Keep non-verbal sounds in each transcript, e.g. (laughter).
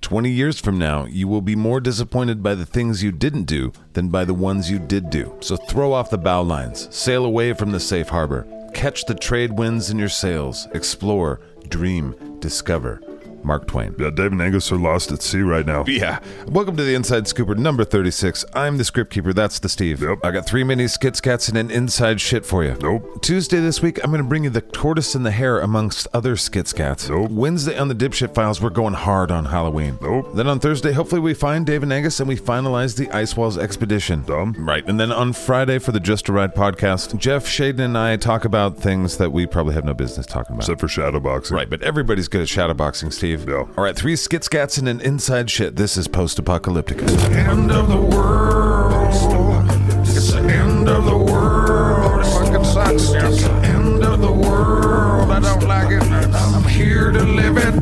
20 years from now, you will be more disappointed by the things you didn't do than by the ones you did do. So throw off the bow lines, sail away from the safe harbor, catch the trade winds in your sails, explore, dream, discover. Mark Twain. Yeah, David Angus are lost at sea right now. Yeah. Welcome to the Inside Scooper number 36. I'm the script keeper. That's the Steve. Yep. I got three mini skits, cats, and an inside shit for you. Nope. Tuesday this week, I'm going to bring you the tortoise and the hare amongst other skits, cats. Nope. Wednesday on the dipshit files, we're going hard on Halloween. Nope. Then on Thursday, hopefully we find Dave and Angus and we finalize the Ice Walls expedition. Dumb. Right. And then on Friday for the Just a Ride podcast, Jeff, Shaden, and I talk about things that we probably have no business talking about. Except for shadowboxing. Right, but everybody's good at shadowboxing, Steve. Yeah. All right, three skitscats and an inside shit. This is post apocalyptica. End of the world. It's the end of the world. It fucking sucks. It's the end of the world. I don't like it. I'm here to live it.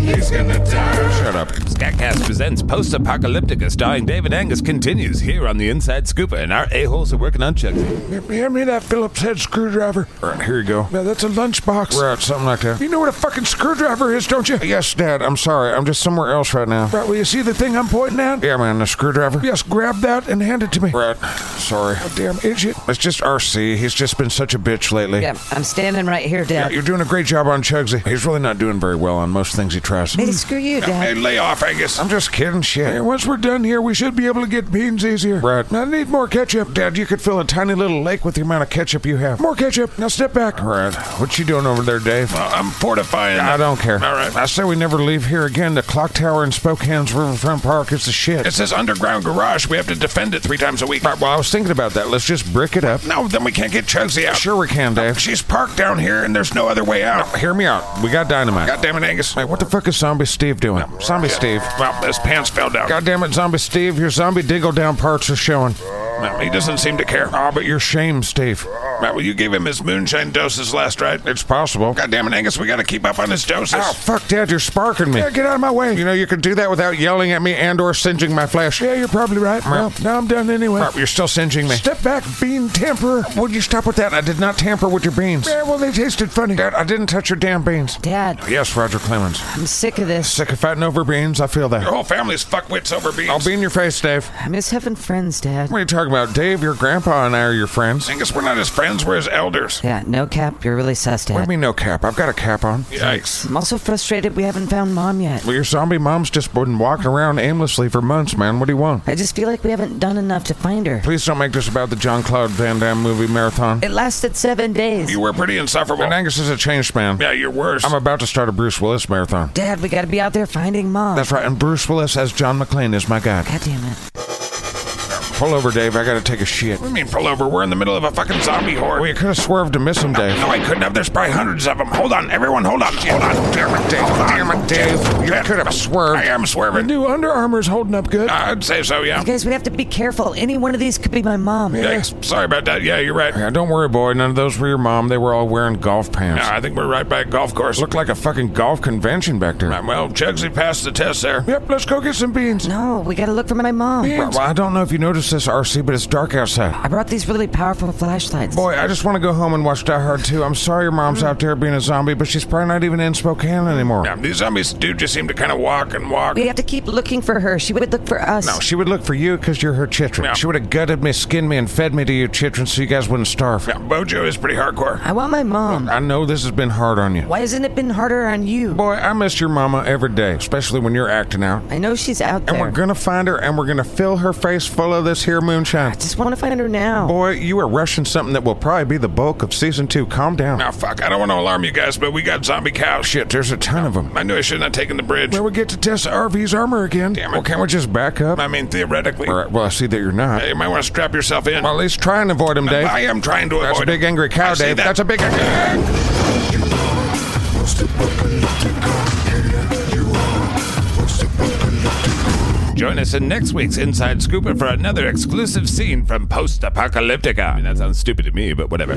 He's gonna die. Shut up. Scatcast presents Post Apocalyptica starring David Angus continues here on the Inside Scooper, and our a-holes are working unchecked. Hand me that Phillips head screwdriver. All right, here you go. Yeah, that's a lunchbox. We're out, something like that. You know what a fucking screwdriver is, don't you? Yes, Dad, I'm sorry. I'm just somewhere else right now. Right, well, you see the thing I'm pointing at? Yeah, man, the screwdriver. Yes, grab that and hand it to me. Oh, Right. Sorry. Damn idiot. It's just RC. He's just been such a bitch lately. Yeah, I'm standing right here, Dad. You're doing a great job on Chugsy. He's really not doing very well on most things he tries. Hey, screw you, Dad. lay off, Angus. I'm just kidding. Shit. Hey, once we're done here, we should be able to get beans easier. Right. I need more ketchup. Dad, you could fill a tiny little lake with the amount of ketchup you have. More ketchup. Now step back. All right. What you doing over there, Dave? I'm fortifying. I don't care. All right. I say we never leave here again. The clock tower in Spokane's Riverfront Park is the shit. It's this underground garage. We have to defend it three times a week. Right, well, I was thinking about that. Let's just brick it up. No, then we can't get Chugsy out. Sure, we can, Dave. She's parked down here, and there's no other way out. Hear me out. We got dynamite. God damn it, Angus. Hey, what the fuck is Zombie Steve doing? Zombie Steve. Well, his pants fell down. God damn it, Zombie Steve. Your zombie dingle down parts are showing. No, he doesn't seem to care. Ah, but your shame, Steve. Well, you gave him his moonshine doses last night. It's possible. God damn it, Angus. We got to keep up on his doses. Oh, fuck, Dad, you're sparking me. Yeah, get out of my way. You know, you could do that without yelling at me and or singeing my flesh. Yeah, you're probably right. Well, now I'm done anyway. Right, You're still singeing me. Step back, bean tamperer. Would you stop with that? I did not tamper with your beans. Yeah, well, they tasted funny. Dad, I didn't touch your damn beans. Dad, Yes, Roger Clemens. I'm sick of this. Sycophantin over beans, I feel Oh. that. Your whole family's fuckwits over beans. I'll be in your face, Dave. I miss having friends, Dad. What are you talking about? Dave, your grandpa and I are your friends. Angus, we're not his friends. We're his elders. Yeah, no cap. You're really sus, What do you Dad. mean no cap? I've got a cap on. Yikes. I'm also frustrated we haven't found Mom yet. Well, your zombie mom's just been walking around aimlessly for months, man. What do you want? I just feel like we haven't done enough to find her. Please don't make this about the John Claude Van Damme movie marathon. It lasted seven days. You were pretty insufferable. And Angus is a changed man. Yeah, you're worse. I'm about to start a Bruce Willis marathon. Dad, we gotta be out there finding Mom. That's right, and Bruce Willis as John McClane is my guide. God damn it. Pull over, Dave. I gotta take a shit. I mean, pull over. We're in the middle of a fucking zombie horde. Well, you could have swerved to miss him, Dave. No, I couldn't have. There's probably hundreds of them. Hold on, everyone, hold on. Hold on. Damn it, Dave. Hold on. Damn it, Dave. You Damn it. could have swerved. I am The swerving. new Under Armour's holding up good. I'd say so, yeah. You guys, we have to be careful. Any one of these could be my mom. Yikes. Sorry about that. Yeah, you're right. Yeah, don't worry, boy. None of those were your mom. They were all wearing golf pants. Yeah, I think we're right by a golf course. Looked like a fucking golf convention back there. Well, Chugsy passed the test there. Yep, let's go get some beans. No, we gotta look for my mom. Well, I don't know if you noticed this, RC, but it's dark outside. I brought these really powerful flashlights. Boy, I just want to go home and watch Die Hard 2. I'm sorry your mom's out there being a zombie, but she's probably not even in Spokane anymore. Yeah, these zombies do just seem to kind of walk and walk. We have to keep looking for her. She would look for us. No, she would look for you because you're her chitrin. Yeah. She would have gutted me, skinned me, and fed me to you, chitrin, so you guys wouldn't starve. Yeah, Bojo is pretty hardcore. I want my mom. I know this has been hard on you. Why hasn't it been harder on you? Boy, I miss your mama every day, especially when you're acting out. I know she's out And there. we're gonna find her, and we're gonna fill her face full of this here moonshine. I just want to find her now. Boy, you are rushing something that will probably be the bulk of season two. Calm down. Now, Ah, fuck, I don't want to alarm you guys, but we got zombie cows. Shit, there's a ton of them. I knew I shouldn't have taken the bridge. Where we get to test RV's armor again? Damn it. Well, can't we just back up? I mean, theoretically. All right. Well, I see that you're not. You might want to strap yourself in. Well, at least try and avoid him, Dave. I am trying to That's a avoid big angry cow, I see Dave. that. That's a big. (laughs) Ang- Join us in next week's Inside Scooper for another exclusive scene from Post Apocalyptica. I mean, that sounds stupid to me, but whatever.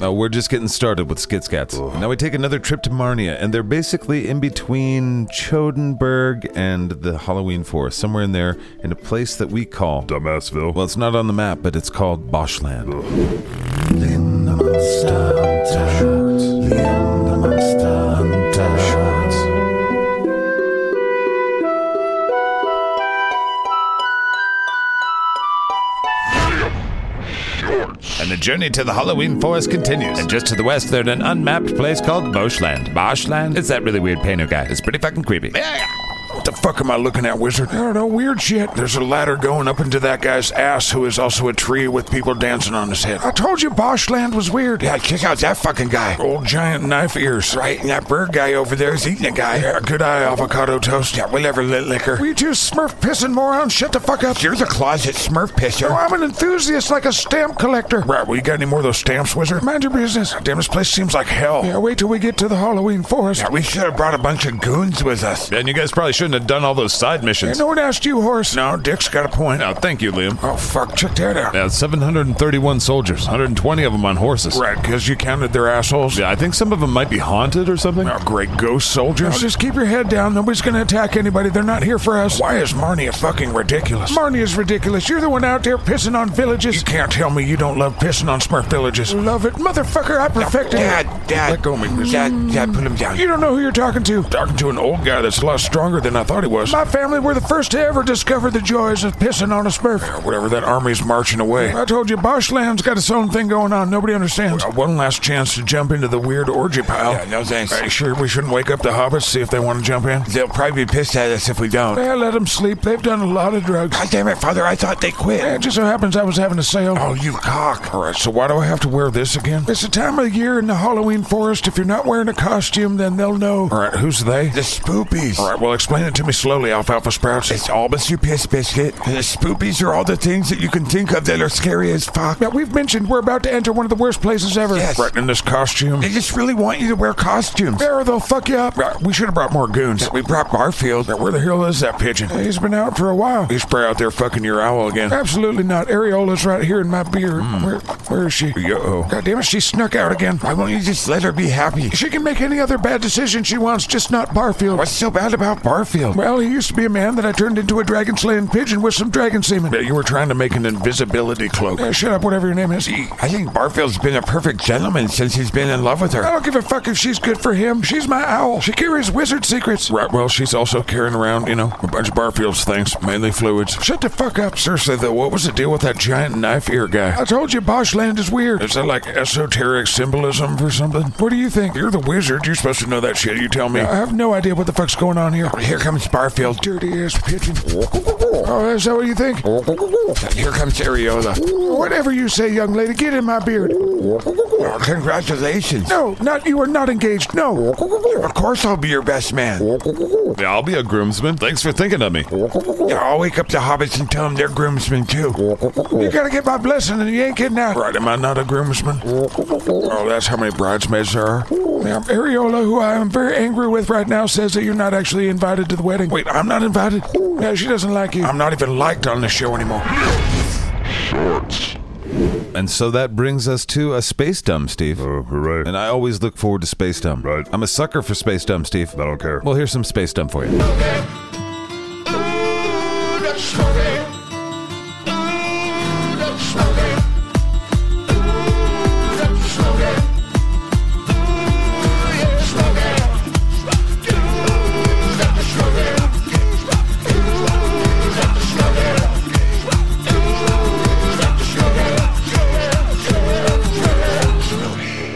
No, we're just getting started with Skitscats. Now we take another trip to Marnia, and they're basically in between Chodenberg and the Halloween Forest, somewhere in there, in a place that we call. Dumbassville. Well, it's not on the map, but it's called Boschland. journey to the Halloween forest continues. And just to the west, there's an unmapped place called Boschland. Boschland? It's that really weird painter guy. It's pretty fucking creepy. What the fuck am I looking at, wizard? I don't know, weird shit. There's a ladder going up into that guy's ass who is also a tree with people dancing on his head. I told you Boschland was weird. Yeah, kick out that fucking guy. Old giant knife ears, right? And that bird guy over there is eating a guy. Yeah, good eye, avocado toast. Yeah, we never lit liquor. Will you two smurf pissing moron? Shut the fuck up. You're the closet smurf pisser. Oh, I'm an enthusiast like a stamp collector. Right, well, you got any more of those stamps, wizard? Mind your business. Damn, this place seems like hell. Yeah, wait till we get to the Halloween forest. Yeah, we should have brought a bunch of goons with us. Then you guys probably shouldn't have done all those side missions. no one asked you, horse. No, Dick's got a point. Oh, thank you, Liam. Oh, fuck, check that out. Yeah, 731 soldiers, 120 of them on horses. Right, because you counted their assholes. Yeah, I think some of them might be haunted or something. Oh, great ghost soldiers. just keep your head down. Nobody's going to attack anybody. They're not here for us. Why is Marnie a fucking ridiculous? Marnie is ridiculous. You're the one out there pissing on villages. You can't tell me you don't love pissing on smurf villages. Love it. Motherfucker, I perfected it. Dad, Dad. Let go of me, Dad, Dad, put him down. You don't know who you're talking to. Talking to an old guy that's a lot stronger than I thought he was. My family were the first to ever discover the joys of pissing on a smurf. whatever, that army's marching away. I told you, Boschland's got its own thing going on. Nobody understands. one last chance to jump into the weird orgy pile. Yeah, no thanks. sure we shouldn't wake up the hobbits, see if they want to jump in? They'll probably be pissed at us if we don't. Yeah, let them sleep. They've done a lot of drugs. God damn it, Father, I thought they quit. it just so happens I was having a sale. Oh, you cock. All right, so why do I have to wear this again? It's the time of the year in the Halloween forest. If you're not wearing a costume, then they'll know. All right, who's they? The spoopies. All right, well, explain it to me slowly, Alfalfa Sprouts. It's all but you piss biscuit. The spoopies are all the things that you can think of that are scary as fuck. Now, we've mentioned we're about to enter one of the worst places ever. Yes. Right, in this costume. They just really want you to wear costumes. Bear, they'll fuck you up. Right, we should have brought more goons. We brought Barfield. Right, where the hell is that pigeon? He's been out for a while. He's probably out there fucking your owl again. Absolutely not. Ariola's right here in my beard. Where, where is she? Yo. God damn it, she snuck out again. Why won't you just let her be happy? She can make any other bad decision she wants, just not Barfield. What's so bad about Barfield? Well, he used to be a man that I turned into a dragon slaying pigeon with some dragon semen. Yeah, you were trying to make an invisibility cloak. shut up, whatever your name is. I think Barfield's been a perfect gentleman since he's been in love with her. I don't give a fuck if she's good for him. She's my owl. She carries wizard secrets. Right, well, she's also carrying around, you know, a bunch of Barfield's things, mainly fluids. Shut the fuck up. Seriously, though, what was the deal with that giant knife ear guy? I told you Boschland is weird. Is that like esoteric symbolism for something? What do you think? You're the wizard. You're supposed to know that shit. You tell me. I have no idea what the fuck's going on here. Here comes Barfield. Dirty ass pigeon. Oh, is that what you think? Here comes Ariola. Whatever you say, young lady, get in my beard. Congratulations. No, not you are not engaged. No. Of course I'll be your best man. Yeah, I'll be a groomsman. Thanks for thinking of me. Yeah, I'll wake up the hobbits and tell them they're groomsmen too. You gotta get my blessing and you ain't getting out. Right, am I not a groomsman? Oh, that's how many bridesmaids there are. Now, Ariola, who I am very angry with right now, says that you're not actually invited to the wedding. Wait, I'm not invited? No, she doesn't like you. I'm not even liked on the show anymore. And so that brings us to a space dumb, Steve. Oh, hooray. And I always look forward to space dumb. Right. I'm a sucker for space dumb, Steve. I don't care. Well, here's some space dumb for you.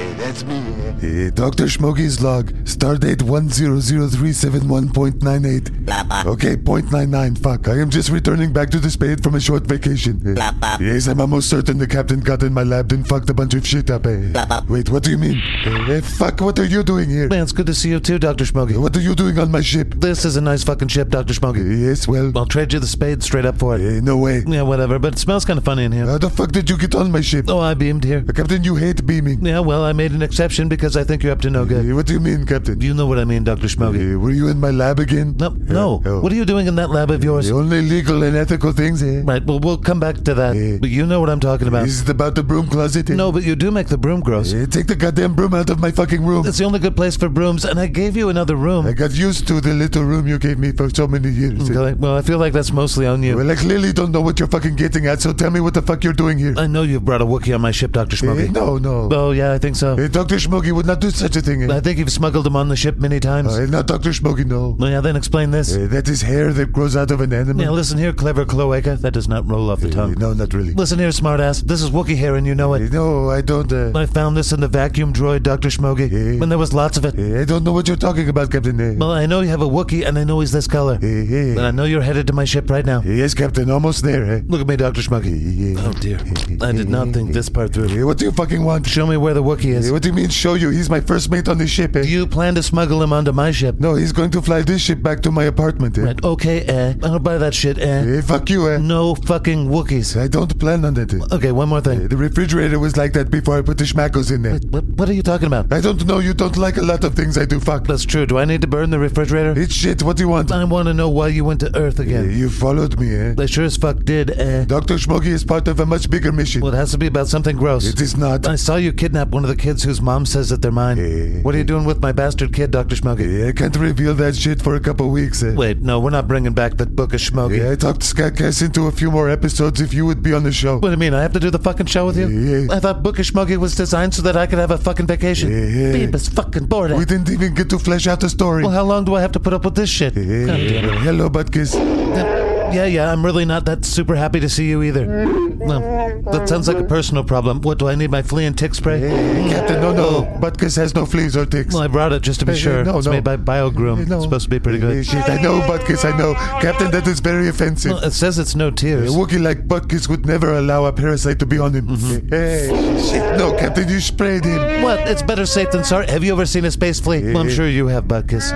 Eh, Dr. Schmoggy's log, stardate 100371.98. Okay, 0.99, fuck. I am just returning back to the spade from a short vacation. Eh, Yes, I'm almost certain the captain got in my lab and fucked a bunch of shit up. eh. Wait, what do you mean? Eh, eh, fuck, what are you doing here? Man, it's good to see you too, Dr. Smoggy. What are you doing on my ship? This is a nice fucking ship, Dr. Eh, Smoggy. Yes, well, I'll trade you the spade straight up for it. eh, no way. Yeah, whatever, but it smells kind of funny in here. How the fuck did you get on my ship? Oh, I beamed here. Captain, you hate beaming. Yeah, well, I made an exception because I think you're up to no good. Eh, What do you mean, Captain? You know what I mean, Dr. Smoggy. Eh, Were you in my lab again? No, no. Oh. What are you doing in that lab of yours? The only legal and ethical things, eh? Right, well, we'll come back to that. Yeah. But you know what I'm talking about. Is it about the broom closet? eh? Uh, No, but you do make the broom gross. Eh, take the goddamn broom out of my fucking room. It's the only good place for brooms, and I gave you another room. I got used to the little room you gave me for so many years. eh? Okay, Well, I feel like that's mostly on you. Well, I clearly don't know what you're fucking getting at, so tell me what the fuck you're doing here. I know you've brought a Wookiee on my ship, Dr. Eh, Smoggy. no, no. Oh, yeah, I think so. Eh, Dr. Schmoggy would not do such such a thing. I Eh? think you've smuggled him on the ship many times. Uh, not Dr. Smokey, no. Well, yeah, then explain this. Eh, that is hair that grows out of an animal. Now, listen here, clever cloaca. That does not roll off the Eh, tongue. no, not really. Listen here, smartass. This is Wookiee hair, and you know Eh, it. no, I don't. Uh, I found this in the vacuum droid, Dr. Schmogi, Yeah. when there was lots of it. eh, I don't know what you're talking about, Captain. Eh, Well, I know you have a Wookiee, and I know he's this color. eh, eh. And I know you're headed to my ship right now. Eh, yes, Captain, almost there. Eh? Look at me, Dr. Eh, Schmuggy. eh, Oh, dear. I did not think this part through. eh, what do you fucking want? Show me where the Wookiee Eh, is. what do you mean, show you? He's my first mate on the ship. Eh? You plan to smuggle him onto my ship. No, he's going to fly this ship back to my apartment. Eh? Right, okay, eh. I don't buy that shit, eh. Eh, fuck you, eh? No fucking Wookiees. I don't plan on that. eh. Okay, one more Eh, thing. The refrigerator was like that before I put the schmackles in there. What, what are you talking about? I don't know. You don't like a lot of things I do. Fuck. That's true. Do I need to burn the refrigerator? It's shit. What do you want? I want to know why you went to Earth Eh, again. You followed me, eh? They sure as fuck did, eh. Dr. Smokey is part of a much bigger mission. Well, it has to be about something gross. It is not. I saw you kidnap one of the kids whose mom says that they're mine. Eh. What are you doing with my bastard kid, Dr. Schmoggy? Eh, I can't reveal that shit for a couple weeks. eh? Wait, no, we're not bringing back that book of Schmoggy. Yeah, I talked Scatcast into a few more episodes if you would be on the show. What do you mean? I have to do the fucking show with you? Yeah. I thought Book of Schmoggy was designed so that I could have a fucking vacation. Yeah. Babe, it's fucking bored. We didn't even get to flesh out the story. Well, how long do I have to put up with this shit? Eh, God damn it. Hello, Butkus. Yeah, yeah, I'm really not that super happy to see you either. Well, that sounds like a personal problem. What, do I need my flea and tick spray? Eh, Captain, no, no. Oh. Butkus has no fleas or ticks. Well, I brought it just to be Eh, sure. no, it's no. made by BioGroom. Eh, no. It's supposed to be pretty Eh, good. shit, I know, Butkus, I know. Captain, that is very offensive. Well, it says it's no A tears. Wookiee like Butkus would never allow a parasite to be on him. Mm-hmm. Hey, shit, no, Captain, you sprayed him. What? It's better safe than sorry. Have you ever seen a space flea? Well, I'm sure you have, Buckus.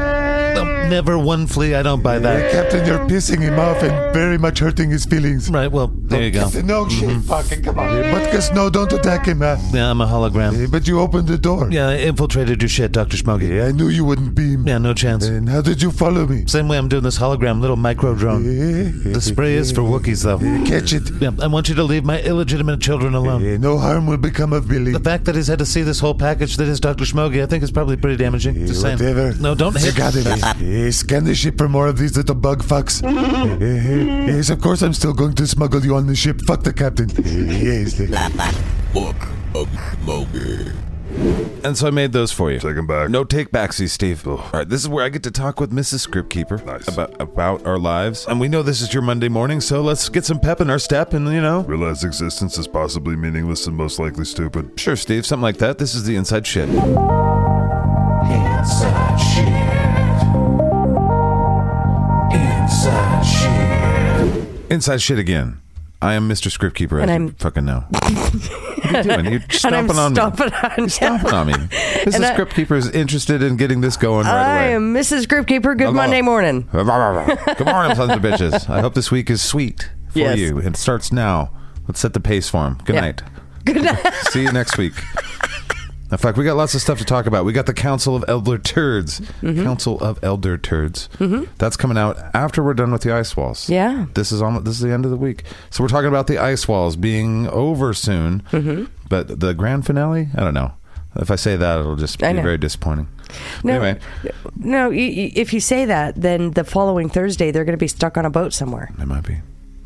No, never one flea. I don't buy Hey, that. Captain, you're pissing him off and very much hurting his feelings. Right. Well, there you go. Mm-hmm. Captain, no, shit, fucking come on. Hey, Butkus, no, don't attack him, huh? Yeah, I'm a hologram. Hey, but you opened the door. Yeah, I infiltrated your shit, Doctor Smoggy. Hey, I knew you wouldn't be him. Yeah, no chance. And how did you follow me? Same way I'm doing this hologram little micro drone. The The spray is for Wookiees, though. Catch it. Yeah, I want you to leave my illegitimate children alone. Hey, no harm will become of Billy. The (laughs) fact that he's had to see this whole package that is Dr. Smoggy, I think is probably pretty damaging. Just saying. whatever. No, don't You hit. got it. Eh, scan the ship for more of these little bug fucks. Eh, eh, eh, (laughs) yes, of course I'm still going to smuggle you on the ship. Fuck the captain. Eh, yes. And so I made those for you. Take 'em back. No take backsies, Steve. All right, this is where I get to talk with Mrs. Scriptkeeper Nice. about about our lives. And we know this is your Monday morning, so let's get some pep in our step and, you know. Realize existence is possibly meaningless and most likely stupid. Sure, Steve, something like that. This is the inside shit. Inside shit. Inside shit. Inside shit again. I am Mr. Scriptkeeper. And as I'm- you fucking know. what are you doing? You're And stomping I'm on me. stomping on (laughs) you. Stomping (laughs) on me. Mrs. And I- Scriptkeeper is interested in getting this going I right away. am Mrs. Scriptkeeper. Good Hello. Monday morning. Good morning, sons of (laughs) bitches. I hope this week is sweet for Yes. you. It starts now. Let's set the pace for him. Good Yeah. night. Good night. (laughs) See you next week. In fact, we got lots of stuff to talk about. We got the Council of Elder Turds. Mm-hmm. Council of Elder Turds. That's coming out after we're done with the ice walls. Yeah. This is almost, this is the end of the week. So we're talking about the ice walls being over soon. Mm-hmm. But the grand finale, I don't know. If I say that, it'll just be I know. very disappointing. No, Anyway, no. You, you, if you say that, then the following Thursday they're going to be stuck on a boat somewhere. it might be.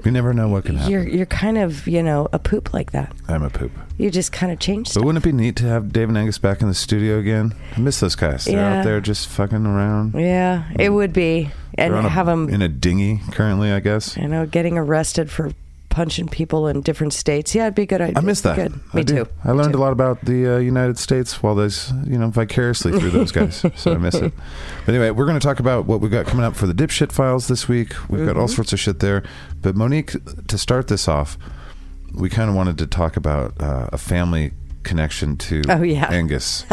You never know what can happen. You're you're kind of you know a poop like that. I'm a poop. You just kind of change. But Stuff. wouldn't it be neat to have Dave and Angus back in the studio again? I miss those guys. They're Yeah. out there just fucking around. Yeah, it would be, and They're on a- have them in a dinghy currently, I guess. you know getting arrested for punching people in different states. Yeah, it'd be good. I miss that. Good. I Me do. too. I Me learned too. a lot about the uh, United States while those, you know, vicariously through those (laughs) guys. so I miss it. But anyway, we're going to talk about what we got coming up for the dipshit files this week. We've got Mm-hmm. all sorts of shit there. But Monique, to start this off, we kind of wanted to talk about uh, a family connection to Oh, yeah. Angus.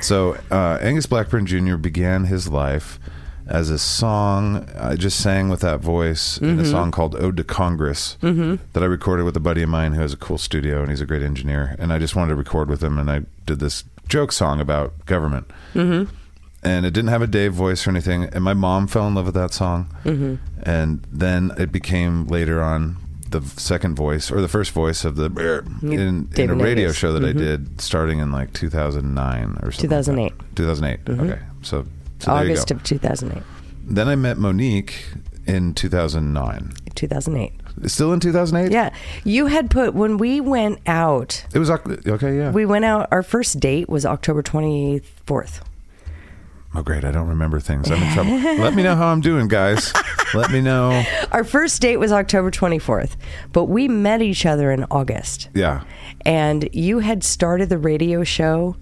So uh, Angus Blackburn Jr. began his life as a song I just sang with that voice in a song called "Ode to Congress" that I recorded with a buddy of mine who has a cool studio and he's a great engineer. And I just wanted to record with him, and I did this joke song about government. Mm-hmm. And it didn't have a Dave voice or anything. And my mom fell in love with that song. Mm-hmm. And then it became later on the second voice or the first voice of the in, in Dave a and radio Angus. show that I did starting in like 2009 or something. 2008. 2008. Okay. So, so there you Mm-hmm. August go. of 2008. Then I met Monique in 2009. 2008. Still in 2008? Yeah. You had put, when we went out, It was Oc- okay, yeah. we went out, our first date was October 24th. oh, great. I don't remember things. I'm in trouble. (laughs) Let me know how I'm doing, guys. Let me know. Our first date was October 24th, but we met each other in August. Yeah. And you had started the radio show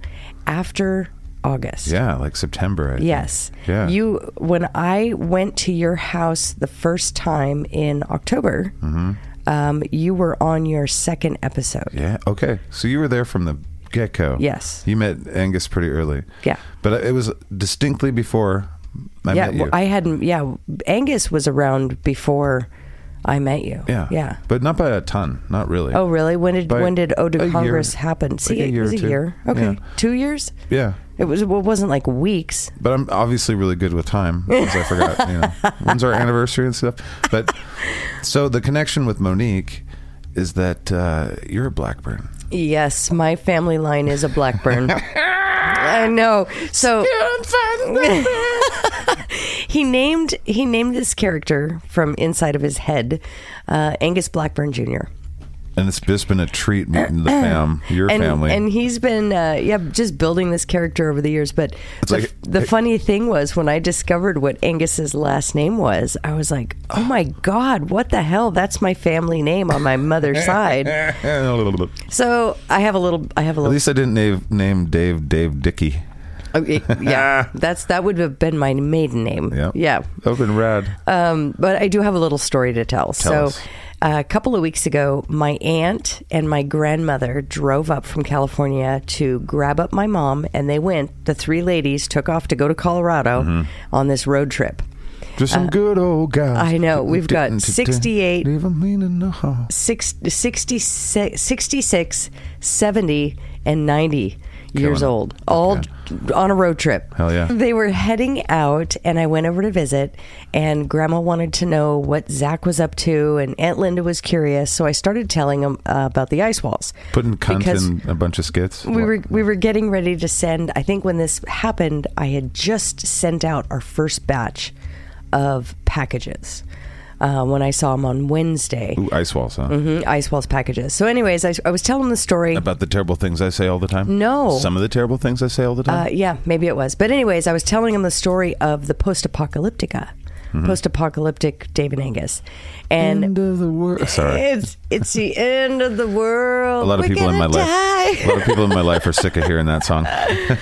after August. Yeah, like September. I think. Yes. Yeah. You when I went to your house the first time in October, Mm-hmm. um, you were on your second episode. Yeah. Okay. So you were there from the get go. Yes. You met Angus pretty early. Yeah. But it was distinctly before I yeah, met you. well, I hadn't. Yeah, Angus was around before I met you. yeah. yeah. But not by a ton. Not really. Oh, really? When did By when did Ode a to year. Congress happen? Like See, a it year was or a two. year. Okay, Yeah. two years. Yeah. It was. Well, it wasn't like weeks. But I'm obviously really good with (laughs) time because I forgot, you know, when's our anniversary and stuff. But so the connection with Monique is that uh, you're a Blackburn. Yes, my family line is a (laughs) Blackburn. I know. So (laughs) he named he named this character from inside of his head, uh, Angus Blackburn Jr. And it's just been a treat meeting (clears throat) the fam, your and, family. And he's been, uh, yeah, just building this character over the years. But the, like- f- the funny thing was when I discovered what Angus's last name was, I was like, oh my God, what the hell? That's my family name on (laughs) my mother's side. At So I have a little, I have a little, least I didn't name, name Dave Dave Dickey. oh, it- (laughs) yeah, that's, that would have been my maiden name. Yeah. Yeah. Open rad. Um, but I do have a little story to tell. so, us. uh, a couple of weeks ago, my aunt and my grandmother drove up from California to grab up my mom, and they went. The three ladies took off to go to Colorado Mm-hmm. on this road trip. Just some good old guys. Uh, I know, we've got 68 Leave 'em leaning the heart. Six, 66, 66, 70, and 90 years it. old, all on a road trip. Hell yeah. They were heading out, and I went over to visit, and Grandma wanted to know what Zach was up to, and Aunt Linda was curious, so I started telling them uh, about the ice walls. Putting cunt Because- in a bunch of skits. we were we were getting ready to send. I think when this happened, I had just sent out our first batch of packages uh, when I saw them on Wednesday. Ooh, ice walls, huh? Mhm, Ice Walls packages. So, anyways, I, I was telling the story. (laughs) About the terrible things I say all the time? No. Some of the terrible things I say all the time? Uh, yeah, maybe it was. But, anyways, I was telling him the story of the post apocalyptica, Mm-hmm. post apocalyptic David Angus. And End of the Uh, world. Sorry. it's it's the end of the world. a lot of We're people in my gonna life. die. A lot of people in my life are sick of hearing that (laughs) song.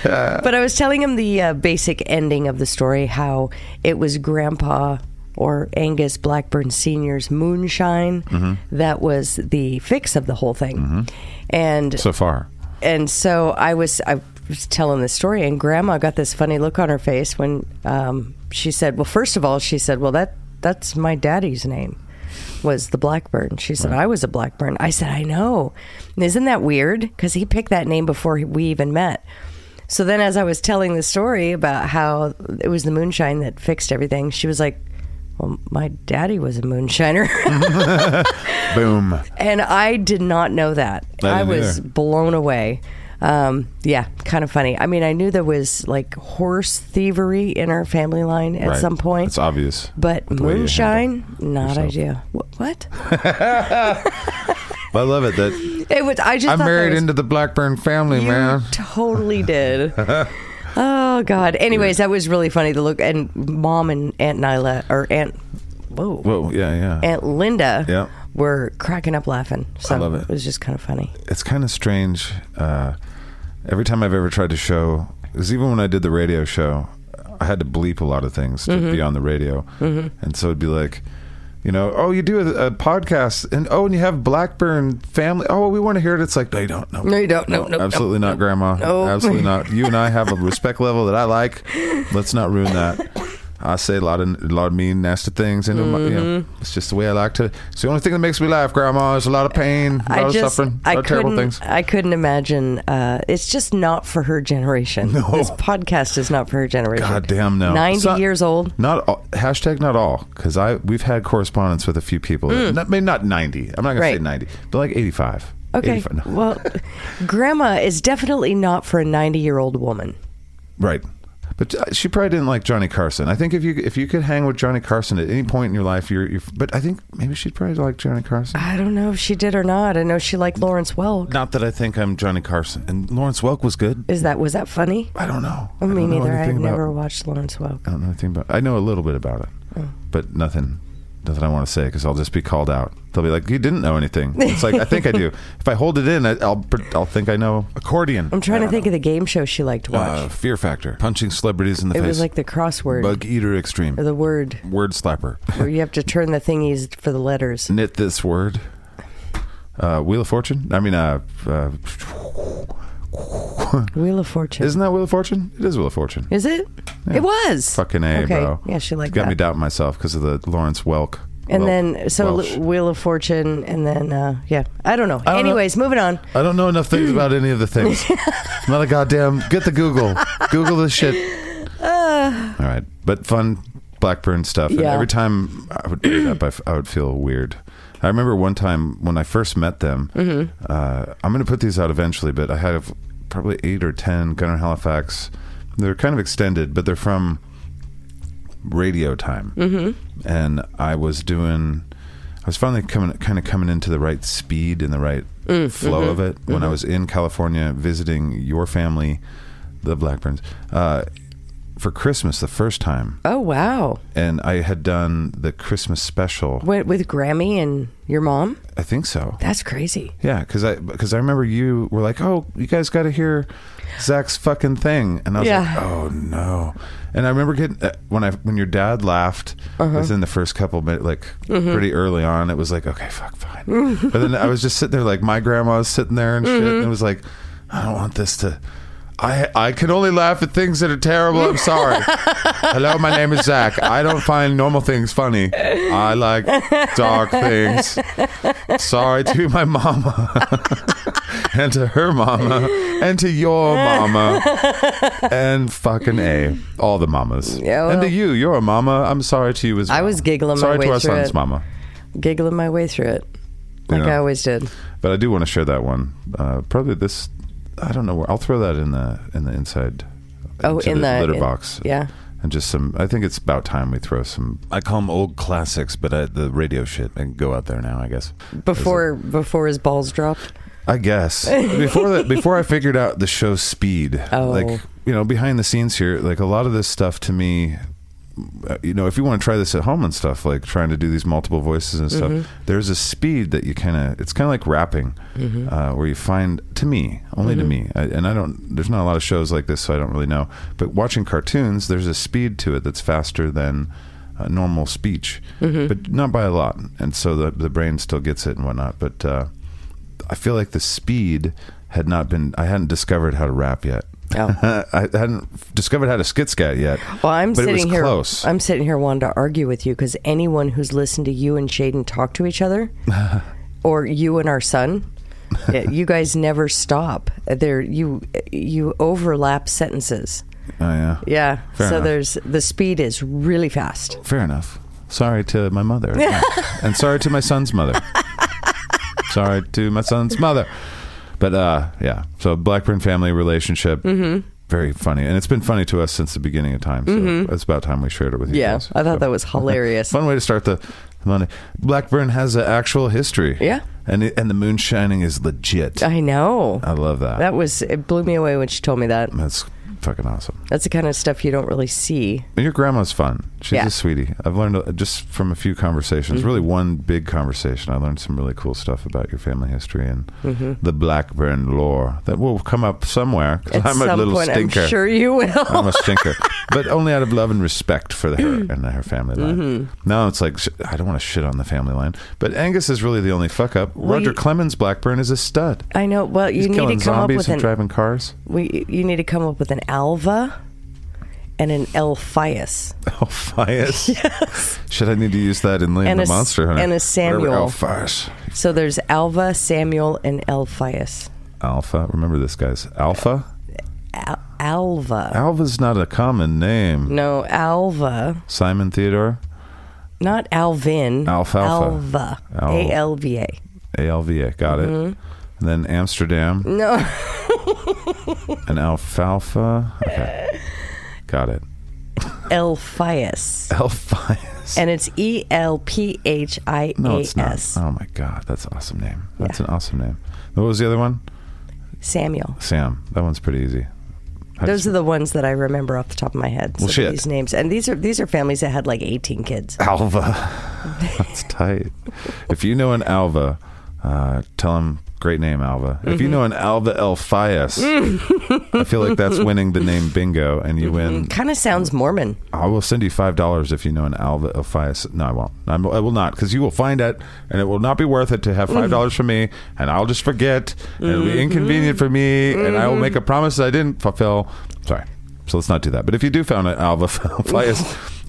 But I was telling him the uh, basic ending of the story how it was Grandpa or Angus Blackburn Sr.'s moonshine Mm-hmm. that was the fix of the whole thing. And So far, and so I was I was telling this story, and Grandma got this funny look on her face when um, she said, "Well, first of all, she said, well that that's my daddy's name." Was the Blackburn? She said I was a Blackburn. I said I know. Isn't that weird? Because he picked that name before we even met. So then, as I was telling the story about how it was the moonshine that fixed everything, she was like, "Well, my daddy was a moonshiner." (laughs) boom. and I did not know that. I I, didn't was either. blown away. Um, yeah, kind of funny. I mean, I knew there was like horse thievery in our family line at Right. some point, It's obvious. but the way you moonshine, not yourself. idea. Wh- What? But I love it that It was. I just. I'm thought that married was- into the Blackburn family, You man. (laughs) totally did. oh God. Anyways, that was really funny to look. And mom and Aunt Nyla or Aunt. Whoa. Whoa, yeah, yeah. Aunt Linda. Yeah. Were cracking up laughing. So love it. it was just kind of funny. it's kind of strange. Uh, every time I've ever tried to show, because even when I did the radio show, I had to bleep a lot of things to be on the radio, and so it'd be like, you know, oh, you do a, a podcast, and oh, and you have Blackburn family. Oh, we want to hear it. It's like, no, you don't. No, No, you don't. No, no, no, absolutely not, Grandma. no. (laughs) absolutely not. You and I have a respect level that I like. Let's not ruin that. I say a lot of a lot of mean, nasty things, and you know, Mm-hmm. it's just the way I like to. It's the only thing that makes me laugh, Grandma. Is a lot of pain, a lot I of just, suffering, a I lot of terrible couldn't, things. I couldn't imagine. Uh, it's just not for her generation. No. This podcast is not for her generation. God damn no. Ninety It's not- years old. Not all, hashtag not all because I we've had correspondence with a few people. that- Not, maybe not ninety. I'm not gonna say Mm. Right. ninety, but like eighty five. Okay. 85, no. Well, grandma is definitely not for a ninety-year-old woman. right. But uh, she probably didn't like Johnny Carson. I think if you if you could hang with Johnny Carson at any point in your life, you're. you're but I think maybe she'd probably like Johnny Carson. I don't know if she did or not. I know she liked Lawrence Welk. Not that I think I'm Johnny Carson. And Lawrence Welk was good. Is that was that funny? I don't know. I don't mean, know neither. I anything about- never Mm. watched Lawrence Welk. I don't know anything about. I know a little bit about it, but nothing. Nothing I want to say because I'll just be called out. They'll be like, "You didn't know anything." It's like I think I (laughs) do. If I hold it in, I, I'll pr- I'll think I know accordion. I'm trying to think of the game show she liked to watch. Uh, Fear Factor, punching celebrities in the it face. was like the crossword Bug Eater Extreme, or the word word slapper. (laughs) where you have to turn the thingies for the letters. Knit this word. Uh, Wheel of Fortune. I mean, uh, uh, Wheel of Fortune. isn't that Wheel of Fortune? It is Wheel of Fortune. Is it? It was. Fucking a, okay. bro. Yeah, she liked Got me that. doubting myself because of the Lawrence Welk. And Welch- then so Welch. L- Wheel of Fortune, and then uh, yeah, I don't know. I don't know. Anyways, moving on. I don't know enough things about any of the (laughs) things. I'm not a goddamn. Get the Google. Google this shit. All right, but fun Blackburn stuff. And Yeah. every time I would bring it up, I, f- I would feel weird. I remember one time when I first met them. Uh, I'm going to put these out eventually, but I have probably eight or ten Gunner Halifax. They're kind of extended, but they're from radio time, mm-hmm. and I was doing. I was finally coming, kind of coming into the right speed and the right flow of it when I was in California visiting your family, the Blackburns, uh, for Christmas the first time, Oh wow, and I had done the Christmas special. Went with Grammy and your mom. I think so. That's crazy. Yeah, because I because I remember you were like, "Oh, you guys got to hear Zach's fucking thing," and I was Yeah. like, "Oh no!" And I remember getting uh, when I when your dad laughed within the first couple minutes, like pretty early on, it was like, "Okay, fuck, fine." but then I was just sitting there, like my grandma was sitting there and shit, and it was like, "I don't want this to." I, I can only laugh at things that are terrible. I'm sorry. Hello, my name is Zach. I don't find normal things funny. I like dark things. Sorry to my (laughs) mama and to her mama and to your mama and fucking a all the mamas Yeah, and to well- you you're a mama i'm sorry to you as well I was giggling my sorry way to our through son's it. mama Giggling my way through it, like Yeah. I always did. but i do want to share that one uh, probably this i don't know where i'll throw that in the in the inside Oh, into in the- litter in- box yeah. and just some i think it's about time we throw some i call them old classics but I, the radio shit and go out there now i guess Before before his balls dropped. I guess before that, before I figured out the show's speed, Oh. like you know, behind the scenes here, like a lot of this stuff to me, uh, you know, if you want to try this at home and stuff, like trying to do these multiple voices and stuff, there's a speed that you kind of, it's kind of like rapping, uh, where you find to me, only to me, I, and I don't, there's not a lot of shows like this, so I don't really know. But watching cartoons, there's a speed to it that's faster than. Uh, normal speech, but not by a lot, and so the the brain still gets it and whatnot. But uh, I feel like the speed had not been. I hadn't discovered how to rap yet. Oh. (laughs) I hadn't discovered how to skit scat yet. Well, I'm but it sitting was here. Close. I'm sitting here wanting to argue with you because anyone who's listened to you and Shaden talk to (laughs) each other, or you and our son, eh, you guys never stop. There, you you overlap sentences. oh yeah. Yeah. Fair so enough. there's the speed is really fast. Fair enough. Sorry to my mother, (laughs) and sorry to my son's mother. sorry to my son's mother. But uh, yeah. So Blackburn family relationship. Mm-hmm. Very funny, and it's been funny to us since the beginning of time. So it's about time we shared it with you. Mm-hmm. Yeah, guys. I thought So- that was (laughs) hilarious. Fun way to start the Monday. Blackburn has an actual history. Yeah. And it- and the moon shining is legit. I know. I love that. That was it blew me away when she told me that. That's fucking awesome. That's the kind of stuff you don't really see. And your grandma's fun. She's Yeah. Mm-hmm. a sweetie. I've learned uh, just from a few conversations, really one big conversation. I learned some really cool stuff about your family history and Mm-hmm. the Blackburn lore that will come up somewhere. 'cause At I'm some a little point, stinker. I'm sure (laughs) you will. I'm a stinker, but only out of love and respect for her Mm-hmm. and her family line. Now it's like sh- I don't want to shit on the family line, but Angus is really the only fuck up. Roger you- Clemens Blackburn is a stud. I know. Well, you He's killing need to come up zombies with and an driving cars. (laughs) we. You need to come up with an Alva and an Elphias. Alphias. Oh, (laughs) Should I need to use that in Land And the a s- Monster Hunter? and a Samuel. Whatever, Alphias. So there's Alva, Samuel, and Elphias. Alpha. Remember this, guys. Alpha. Al- Alva. Alva's not a common name. No, Alva, Simon Theodore. not Alvin. Oh. Alfalfa. Alva. Al- A L Mm-hmm. V A. A L V A. Got it. And then Mm-hmm. (laughs) Amsterdam No, and alfalfa. Okay. Got it. Elphias. Elphias. And it's E L P H I no, A it's not. S. Oh my God, that's an awesome name. That's Yeah. an awesome name. What was the other one? Samuel. Sam. That onene's pretty easy. How do you Those are the ones that I remember off the top of my head. Well, some of shit. These names, and these are these are families that had like eighteen kids. Alva. That's tight. if you know an Alva, uh, tell him great name Alva. If you know an Alva Elphias, I feel like that's winning the name bingo, and you win. Kind of sounds Mormon. I will send you five dollars if you know an Alva Elphias. No, I won't. I'm, I will not, because you will find it, and it will not be worth it to have Mm-hmm. five dollars from me, and I'll just forget, and it'll be inconvenient for me, and I will make Mm-hmm. a promise that I didn't fulfill. Sorry. So let's not do that. But if you do found an Alva (laughs) Elphias,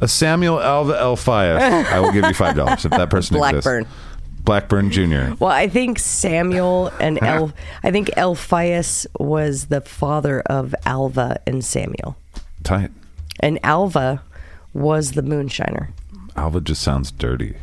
a Samuel Alva Elphias, I will give you five dollars if that person Blackburn. exists. Blackburn Junior. Well, I think Samuel and El. I think Elphias was the father of Alva and Samuel, Tight. and Alva was the moonshiner. Alva just sounds dirty.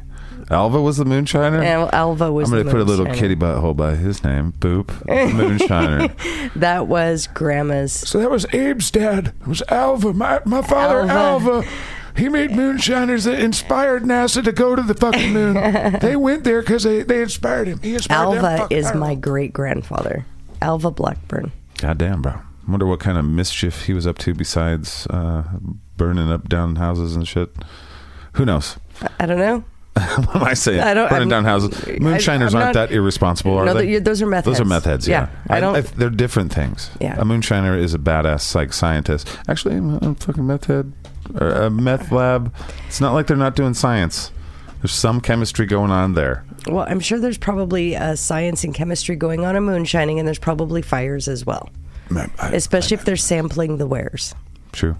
Alva was the moonshiner. And Alva was. I'm going the to put a little moonshiner. kitty butthole by his name. (laughs) Boop. Moonshiner. That was Grandma's. So that was Abe's dad. It was Alva. My, my father, Alva. Alva. He made moonshiners that inspired NASA to go to the fucking moon. they went there because they, they inspired him. He inspired them. Alva Fuck, I is don't my know. great grandfather, Alva Blackburn. Goddamn, bro. Wonder what kind of mischief he was up to besides uh, burning up down houses and shit. Who knows? I don't know. (laughs) what am I saying? I don't- burning I'm- down I- houses. Moonshiners I'm aren't not- that irresponsible, are No, they? th- those are meth Those are heads. meth heads. Yeah, Yeah, I don't- they're different things. Yeah. A moonshiner is a badass psych scientist. Actually, I'm I'm a fucking meth head or a meth lab. It's not like they're not doing science. There's some chemistry going on there. Well, I'm sure there's probably uh, science and chemistry going on in moonshining, and there's probably fires as well, especially if they're sampling the wares. True.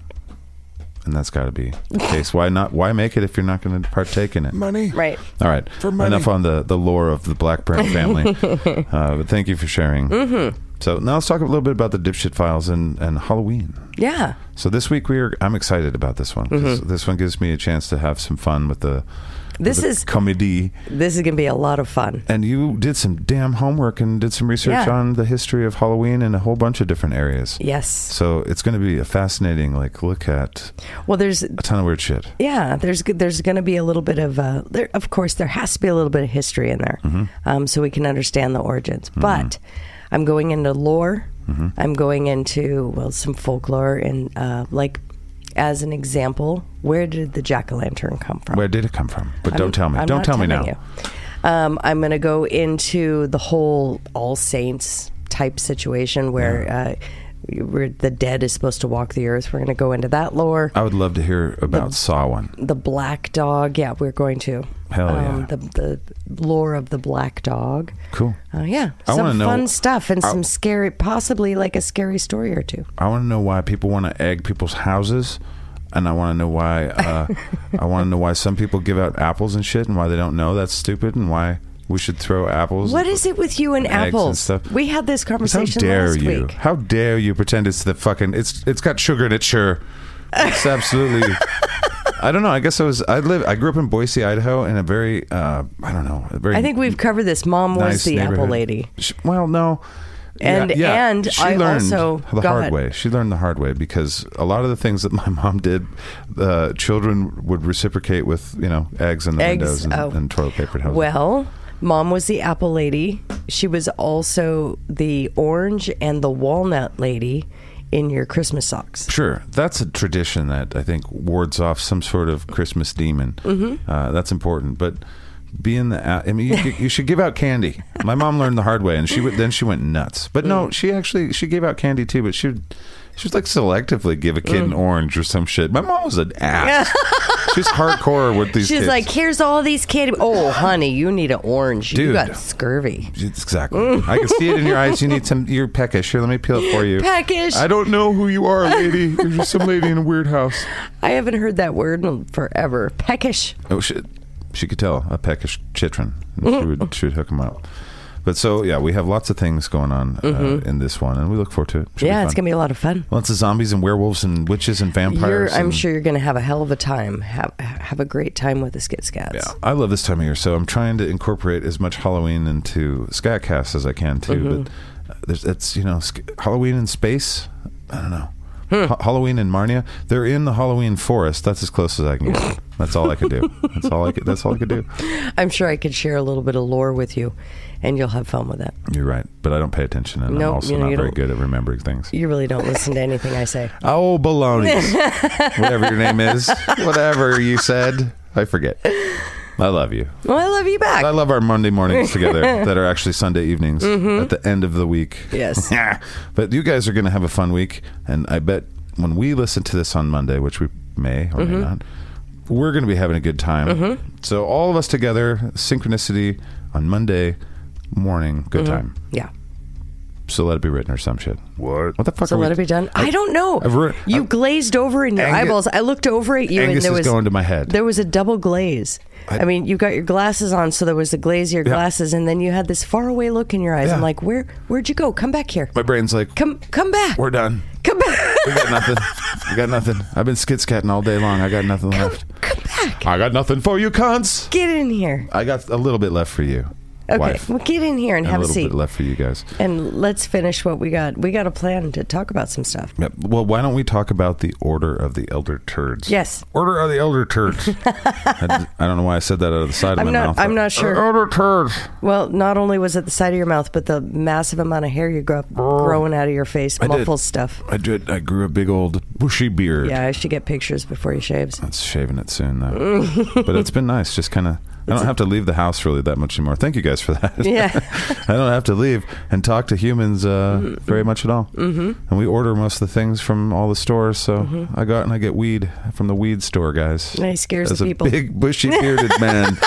And that's got to be the case. Why not? Why make it if you're not going to partake in it? Money. Right. All right. For money. Enough on the, the lore of the Blackburn family. (laughs) uh, but thank you for sharing. Mm-hmm. So now let's talk a little bit about the dipshit files and, and Halloween. Yeah. So this week we are. I'm excited about this one. 'cause This one gives me a chance to have some fun with the. with Mm-hmm. This the is- comedy, This is going to be a lot of fun. and you did some damn homework and did some research Yeah. on the history of Halloween in a whole bunch of different areas. Yes. So it's going to be a fascinating like look at Well, there's a ton of weird shit. yeah, there's g- there's going to be a little bit of uh, there. Of course, there has to be a little bit of history in there, um, so we can understand the origins. But I'm going into lore. I'm going into well some folklore and uh, like as an example, where did the jack o' lantern come from? Where did it come from? But I'm- don't tell me. I'm don't not tell me now. telling you. Um, I'm going to go into the whole All Saints type situation where uh, where the dead is supposed to walk the earth. We're going to go into that lore. I would love to hear about Saw One. The black dog. Yeah, we're going to. um, Hell yeah. Oh, The, the lore of the black dog. Cool. Uh, yeah, I wanna some know- fun stuff and I- some scary, possibly like a scary story or two. I want to know why people want to egg people's houses, and I want to know why uh, I want to know why some people give out apples and shit, and why they don't know that's stupid, and why we should throw apples. What is it with you and, eggs and apples? stuff. We had this How conversation dare last you? week. How dare you pretend it's the fucking? It's it's got sugar in it. Sure, it's absolutely. I don't know. I guess I was. I live. I grew up in Boise, Idaho, in a very. Uh, I don't know. A very. I think we've covered this. Mom was nice the apple neighborhood. lady. Sh- well, no. And- and she I learned also- the go hard ahead. way. She learned the hard way because a lot of the things that my (laughs) mom did, the children would reciprocate with you know eggs in the Eggs, windows and, oh. and toilet paper houses. Well, mom was the apple lady. She was also the orange and the walnut lady in your Christmas socks. Sure, that's a tradition that I think wards off some sort of Christmas demon. Mm-hmm. Uh, that's important, but being the a- I mean, you, you should give out candy. My mom learned the hard way, and she would, then she went nuts. But Mm. no, she actually she gave out candy too, but she would, she would like selectively give a kid an Mm. orange or some shit. My mom was an ass. (laughs) She's hardcore with these. She's kids. like, here's all these candy. Oh, honey, you need an orange. You Dude. got Mm. scurvy. Exactly. I can see it in your eyes. You need some. You're peckish. Here, let me peel it for you. Peckish. I don't know who you are, lady. You're just some lady in a weird house. I haven't heard that word in forever. Peckish. Oh shit! She could tell a peckish chitrin. Mm-hmm. She would, she would hook him up. But so yeah, we have lots of things going on uh, in this one, and we look forward to it. Should Mm-hmm. yeah, be it's fun. gonna be a lot of fun. lots of zombies and werewolves and witches and You're, vampires. I'm and- sure you're gonna have a hell of a time. Have have a great time with the Skit Scats. Yeah, I love this time of year, so I'm trying to incorporate as much Halloween into Mm-hmm. Scatcast as I can too. But uh, there's, it's you know, sc- Halloween in space. I don't know. Hmm. Ha- Halloween and Marnia. They're in the Halloween forest. That's as close as I can (laughs) get. that's all I could do. That's all I could. That's all I could do. I'm sure I could share a little bit of lore with you, and you'll have fun with that. You're right, but I don't pay attention, and I'm Nope, also you know, not you very don't- good at remembering things. You really don't listen to anything I say. Oh, (laughs) baloney. Whatever your name is, whatever you said, I (laughs) forget. I love you. Well, I love you I back. love our Monday (laughs) mornings together that are actually Sunday evenings at the end of the week. (laughs) Mm-hmm. Yes. but you guys are going to have a fun week. And I bet when we listen to this on Monday, which we may or Mm-hmm. may not, we're going to be having a good time. So, all of us together, synchronicity on Monday morning, good time. Mm-hmm. Yeah. So, let it be written or some shit. What? What the fuck So are we let it be done. I, don't know. I've ru- you I've- glazed over in your Angus- eyeballs. I looked over at you, Angus and there is was going to my head. There was a double glaze. I, mean, you got your glasses on, so there was the glaze of your Yeah. glasses, and then you had this faraway look in your eyes. I'm Yeah. like, where, where'd you go? Come back here. My brain's like, Come, come back. we're done. Come back. (laughs) We got nothing. we got nothing. I've been skitscatting all day long. I got nothing left. come back. I got nothing for you, cunts. Get in here. I got a little bit left for you, Okay. wife. Well, get in here and And a have a little seat, bit left for you guys. and let's finish what we got. We got a plan to talk about some stuff. Yep. Well, why don't we talk about the Order of the Elder Turds? Yes. Order of the Elder (laughs) Turds. I, I don't know why I said that out of the side of I'm my not- mouth. I'm but- not sure. Elder Turds. Well, not only was it the side of your mouth, but the massive amount of hair you grew up growing out of your face, I did. muffles stuff. I did. I grew a big old bushy beard. Yeah, I should get pictures before he shaves. It's shaving it soon though, but it's been nice. Just kind of. I don't have to leave the house really that much anymore. Thank you guys for that. (laughs) Yeah. I don't have to leave and talk to humans uh, very much at all. Mm-hmm. And we order most of the things from all the stores. So I got and I get weed from the weed store, guys. Mm-hmm. And he scares As the a people. big (laughs) bushy bearded man.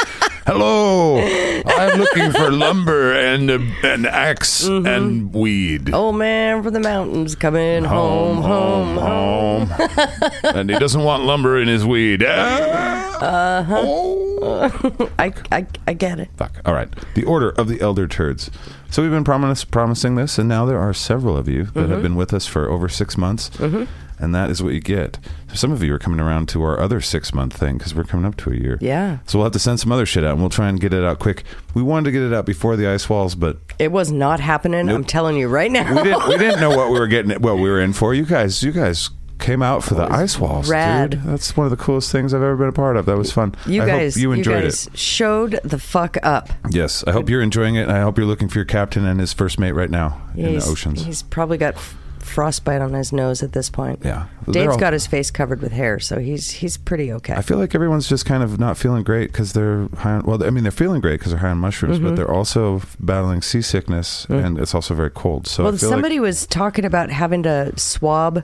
Hello, I'm looking for lumber and a, an ax Mm-hmm. and weed. Old man from the mountains coming home, Oh, home, home. home. (laughs) and he doesn't want lumber in his weed. Uh-huh. Ah! Oh. I, I, I get it. Fuck. All right. The Order of the Elder Turds. So we've been promis- promising this, and now there are several of you that Mm-hmm. have been with us for over six months, and that is what you get. So some of you are coming around to our other six month thing because we're coming up to a year. Yeah. So we'll have to send some other shit out, and we'll try and get it out quick. We wanted to get it out before the ice walls, but It was not happening. I'm telling you right now. we didn't. We didn't know what we were getting. Well, we were in for you guys. You guys. Came out for the ice walls, rad. dude. That's one of the coolest things I've ever been a part of. That was fun. You I hope guys, you enjoyed it. guys showed the fuck up. Yes, I hope you're enjoying it, and I hope you're looking for your captain and his first mate right now in the He's- oceans. He's probably got f- frostbite on his nose at this point. Yeah. They're Dave's all- got his face covered with hair, so he's he's pretty okay. I feel like everyone's just kind of not feeling great because they're high. On, well, I mean, they're feeling great because they're high on mushrooms, Mm-hmm. but they're also battling seasickness, and it's also very cold. So Mm. Well, I feel somebody like, was talking about having to swab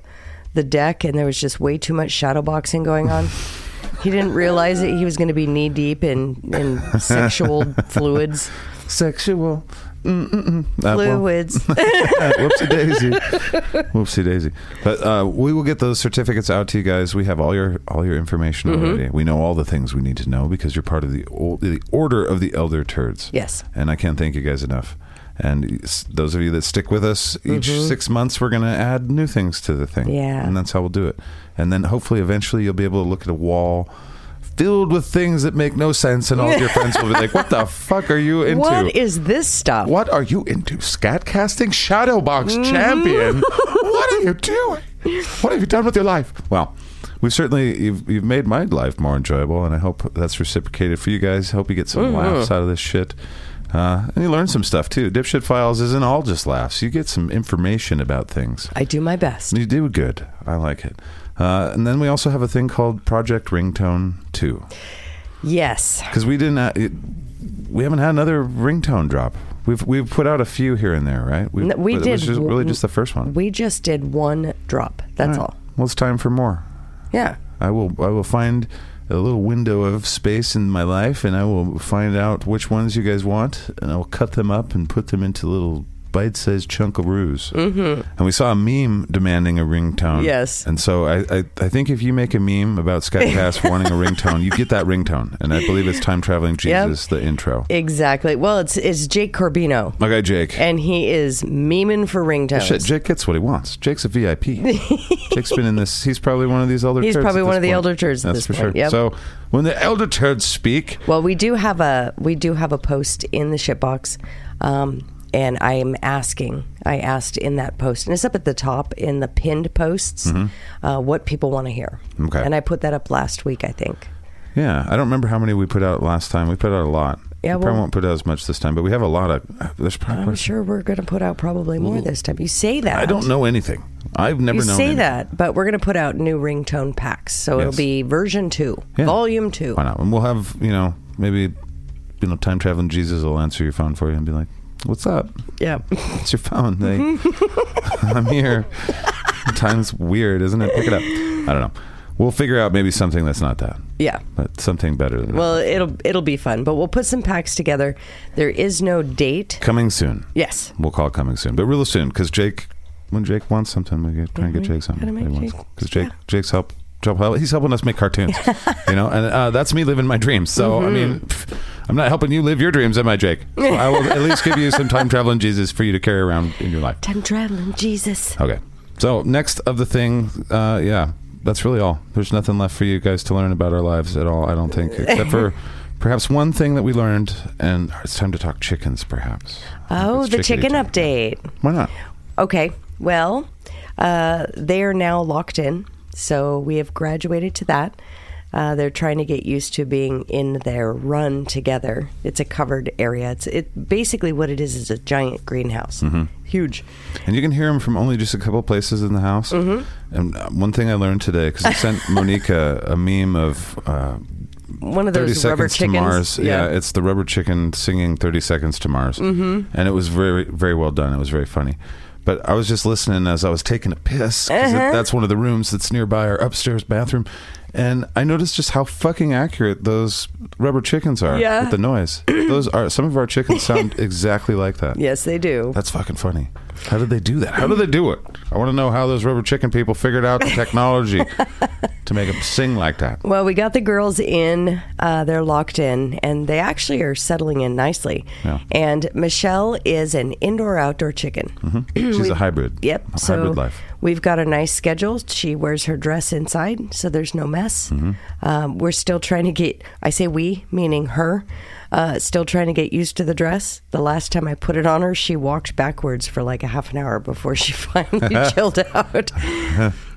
the deck, and there was just way too much shadow boxing going on. he didn't realize that he was going to be knee deep in, in sexual fluids. sexual. Mm-mm-mm. Uh, well, (laughs) Fluids. Whoopsie (laughs) daisy. Whoopsie daisy. But uh, we will get those certificates out to you guys. We have all your all your information Mm-hmm. already. We know all the things we need to know because you're part of the old, the order of the elder turds. Yes. And I can't thank you guys enough. And s- those of you that stick with us, each six months we're going to add new things to the thing. Mm-hmm. Yeah. And that's how we'll do it. And then hopefully, eventually, you'll be able to look at a wall filled with things that make no sense, and all of your friends will be like, "What the (laughs) fuck are you into?" what is this stuff? What are you into? Scatcasting Shadowbox champion? what are you doing? What have you done with your life? Well, we've certainly you've, you've made my life more enjoyable, and I hope that's reciprocated for you guys. Hope you get some laughs out of this shit. Uh, and you learn some stuff too. Dipshit Files isn't all just laughs. You get some information about things. I do my best. You do good. I like it. Uh, and then we also have a thing called Project Ringtone 2 Yes. because we didn't. ha- It, we haven't had another ringtone drop. We've we've put out a few here and there, right? We've, No, we but did. It was just, really just the first one. We just did one drop. That's all. Well, it's time for more. Yeah. I will I will find a little window of space in my life, and I will find out which ones you guys want, and I will cut them up and put them into little bite-sized chunkaroos. Mm-hmm. And we saw a meme demanding a ringtone. Yes. And so I I, I think if you make a meme about (laughs) Skycast wanting a ringtone, you get that ringtone, and I believe it's time traveling Yep. Jesus the intro. Exactly. Well, it's it's Jake Corbino, My guy Jake. Oh, and he is memeing for ringtones. Shit, Jake gets what he wants. Jake's a VIP. (laughs) Jake's been in this. He's probably one of these elder. He's turds probably at one this of the point. elder turds at That's this for point, sure. yep. So when the elder turds speak, Well, we do have a we do have a post in the shitbox um, and I am asking. I asked in that post, and it's up at the top in the pinned posts, uh, what people want to hear. Mm-hmm. Okay. And I put that up last week, I think. Yeah, I don't remember how many we put out last time. We put out a lot. Yeah, we probably well- won't put out as much this time, but we have a lot of. There's probably. I'm sure we're going to put out probably more this time. You say that. I don't know anything. I've never You known. say anything. that, but we're going to put out new ringtone packs. So Yes. it'll be version two, Yeah. volume two. Why not? And we'll have you know maybe you know time traveling Jesus will answer your phone for you and be like, "What's up? Yeah. It's your phone. Like, (laughs) I'm here." Time's weird, isn't it? Pick it up. I don't know. We'll figure out maybe something that's not that, Yeah. but something better than Well, it'll it'll be fun, but we'll put some packs together. There is no date. that. Coming soon. Yes. We'll call it coming soon, but real soon because Jake, when Jake wants something, we get, try and get Mhm. Jake something. Gotta make Jake- Because Jake, Jake's help, help, help, he's helping us make cartoons, (laughs) you know, and uh, that's me living my dreams. So Mm-hmm. I mean, pff, I'm not helping you live your dreams, am I, Jake? So I will at least give you some time traveling Jesus for you to carry around in your life. Time traveling, Jesus. Okay. So next of the thing, uh, yeah, that's really all. There's nothing left for you guys to learn about our lives at all. I don't (laughs) think, except for. Perhaps one thing that we learned, and it's time to talk chickens, perhaps. Oh, It's the chickadee chicken time. update. Why not? Okay. Well, uh, they are now locked in, so we have graduated to that. Uh, they're trying to get used to being in their run together. It's a covered area. It's it basically what it is is a giant greenhouse, Mm-hmm. huge. And you can hear him from only just a couple places in the house. Mm-hmm. And uh, one thing I learned today, because I (laughs) sent Monica a meme of uh, One of 30 those rubber Seconds chickens. to Mars. Yeah. it's the rubber chicken singing 30 Seconds to Mars. Mm-hmm. And it was very, very well done. It was very funny. But I was just listening as I was taking a piss, 'cause it- Uh-huh. that's one of the rooms that's nearby our upstairs bathroom. And I noticed just how fucking accurate those rubber chickens are Yeah. with the (clears throat) noise. those are some of our chickens (laughs) sound exactly like that. Yes, they do. That's fucking funny. How did they do that? How did they do it? I want to know how those rubber chicken people figured out the (laughs) technology to make them sing like that. Well, we got the girls in. Uh, they're locked in, and they actually are settling in nicely. Yeah. And Michelle is an indoor-outdoor chicken. She's a hybrid. Yep. A so hybrid life. we've got a nice schedule. She wears her dress inside, so there's no mess. Mm-hmm. Um, we're still trying to get. I say we, meaning her. Uh, still trying to get used to the dress. The last time I put it on her, she walked backwards for like a half an hour before (laughs) she (laughs) finally chilled out.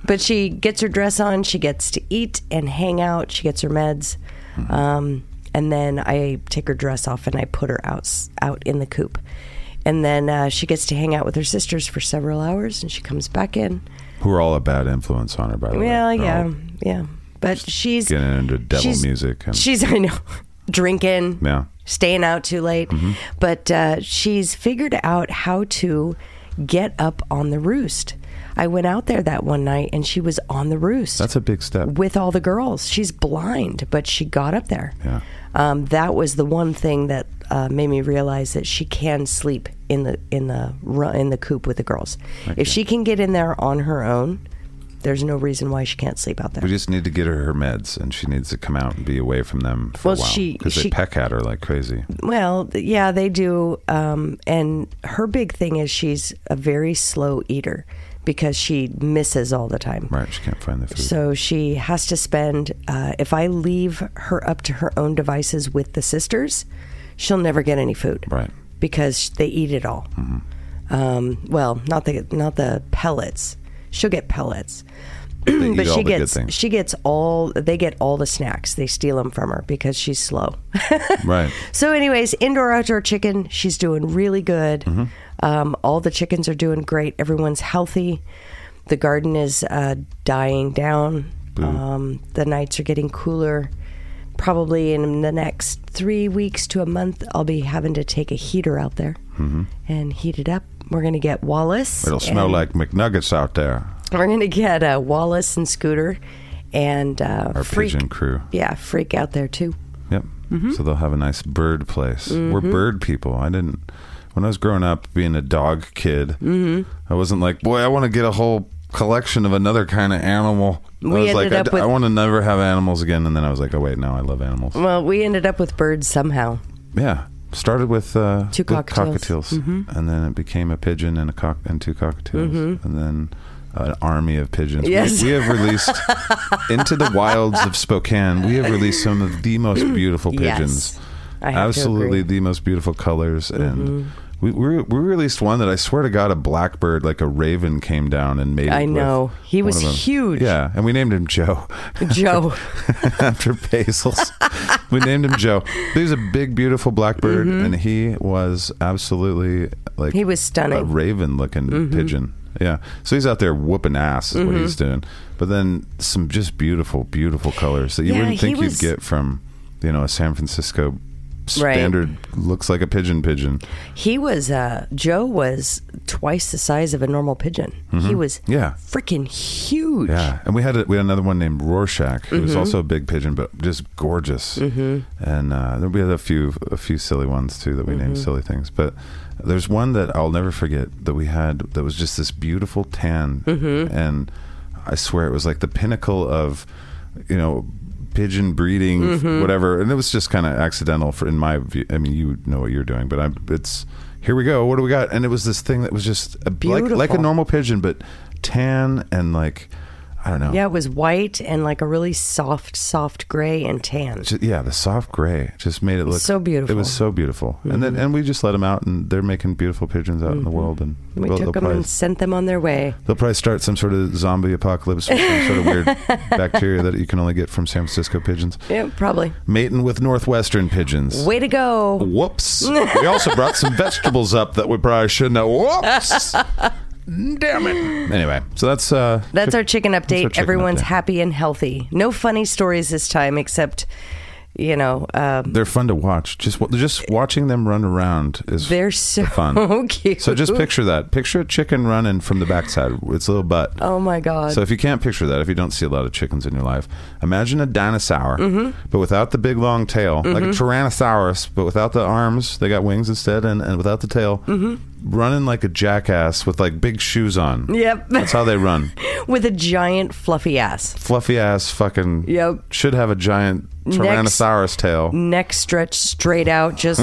but she gets her dress on. She gets to eat and hang out. She gets her meds. Mm-hmm. Um, and then I take her dress off and I put her out out in the coop. And then uh, she gets to hang out with her sisters for several hours, and she comes back in. Who are all a bad influence on her, by the way. Well, They're yeah, all yeah. But she's Getting into devil she's- music. And, She's (laughs) I know, drinking, Yeah. Mm-hmm. staying out too late. But uh, she's figured out how to get up on the roost. I went out there that one night, and she was on the roost that's a big step. with all the girls. She's blind, but she got up there. Yeah. Um, that was the one thing that uh, made me realize that she can sleep in the in the ru- in the coop with the girls. If she can get in there on her own, there's no reason why she can't sleep out there. We just need to get her her meds, and she needs to come out and be away from them for Well, a while. she- Because they she- peck at her like crazy. Well, th- yeah, they do. Um, and her big thing is she's a very slow eater because she misses all the time. Right? She can't find the food. So she has to spend, uh, if I leave her up to her own devices with the sisters, she'll never get any food. Right. Because they eat it all. Mm-hmm. Um, well, not the, not the pellets. She'll get pellets. (clears throat) They but eat all she the good gets things. she gets all they get all the snacks. They steal them from her because she's slow. (laughs) right. So, anyways, indoor outdoor chicken. She's doing really good. Mm-hmm. Um, all the chickens are doing great. Everyone's healthy. The garden is uh, dying down. Um, the nights are getting cooler. Probably in the next three weeks to a month, I'll be having to take a heater out there Mm-hmm. and heat it up. We're gonna get Wallace. It'll smell and- like McNuggets out there. We're gonna get uh, Wallace and Scooter, and uh, Our freak. pigeon crew. Yeah, freak out there too. Yep. Mm-hmm. So they'll have a nice bird place. We're bird people. I didn't. When I was growing up, being a dog kid, Mm-hmm. I wasn't like, boy, I want to get a whole collection of another kind of animal. I We was like, ended I, up with- want to never have animals again. And then I was like, oh wait, no, I love animals. Well, we ended up with birds somehow. Yeah. Started with uh, Mm-hmm. Two Mm-hmm. with cockatiels. and then it became a pigeon and a cock and two cockatiels, and then an army of pigeons. We- Mm-hmm. Yes. We, have (laughs) released into the wilds of Spokane. We have released some of the most beautiful pigeons. Yes. I have to absolutely agree. Mm-hmm. the most beautiful colors and We, we, we released one that I swear to God, a blackbird, like a raven, came down and made. I it with know. He one was of them. (laughs) huge. Yeah, and we named him Joe Joe. (laughs) after Basil's. we named him Joe. But he was a big, beautiful blackbird, and he was absolutely like Mm-hmm. He was a stunning. Mm-hmm. raven looking pigeon. Yeah, so he's out there whooping ass is what he's doing. But then some just beautiful, beautiful colors that you Yeah, wouldn't he think you'd was- get from you know a San Francisco Right. standard looks like a pigeon pigeon. He was uh, Joe was twice the size of a normal pigeon. He was Mm-hmm. Yeah. freaking huge. Mm-hmm. Yeah, and we had a, we had another one named Rorschach, who was also a big pigeon, but just gorgeous. Mm-hmm. And uh, then we had a few a few silly ones too that we named Mm-hmm. silly things. But there's one that I'll never forget that we had that was just this beautiful tan, Mm-hmm. and I swear it was like the pinnacle of, you know. Pigeon breeding, Mm-hmm. whatever, and it was just kind of accidental. For in my view, I mean, you know what you're doing, but I'm. It's here we go. What do we got? And it was this thing that was just a, like like a Beautiful. normal pigeon, but tan and like I don't know. Yeah, it was white and like a really soft, soft gray and tan. Ju- yeah, the soft gray just made it look so beautiful. It Mm-hmm. was so beautiful, and then and we just let them out, and they're making beautiful pigeons out in the world, and We they'll, took they'll them probably, and sent them on their way. they'll probably start some sort of zombie apocalypse with some sort of (laughs) weird bacteria that you can only get from San Francisco pigeons, Yeah, probably. mating with northwestern pigeons. Way to go. (laughs) Whoops! we also brought some vegetables up that we probably shouldn't have. Whoops! Damn it! Anyway, so that's uh, That's our chicken update. our chicken Everyone's update. happy and healthy. No funny stories this time, except, you know, um, they're fun to watch. Just wa- just watching them run around is they're so (laughs) fun. cute. So just picture that. Picture a chicken running from the backside, its little butt. (laughs) Oh my God. So if you can't picture that, if you don't see a lot of chickens in your life, imagine a dinosaur, Mm-hmm. but without the big long tail, like a tyrannosaurus, but without the arms. They got wings instead, and, and without the tail, Mm-hmm. running like a jackass with like big shoes on. Yep. (laughs) That's how they run. With a giant fluffy ass. Fluffy ass fucking. Yep. Should have a giant tyrannosaurus tail. Neck stretched straight out, just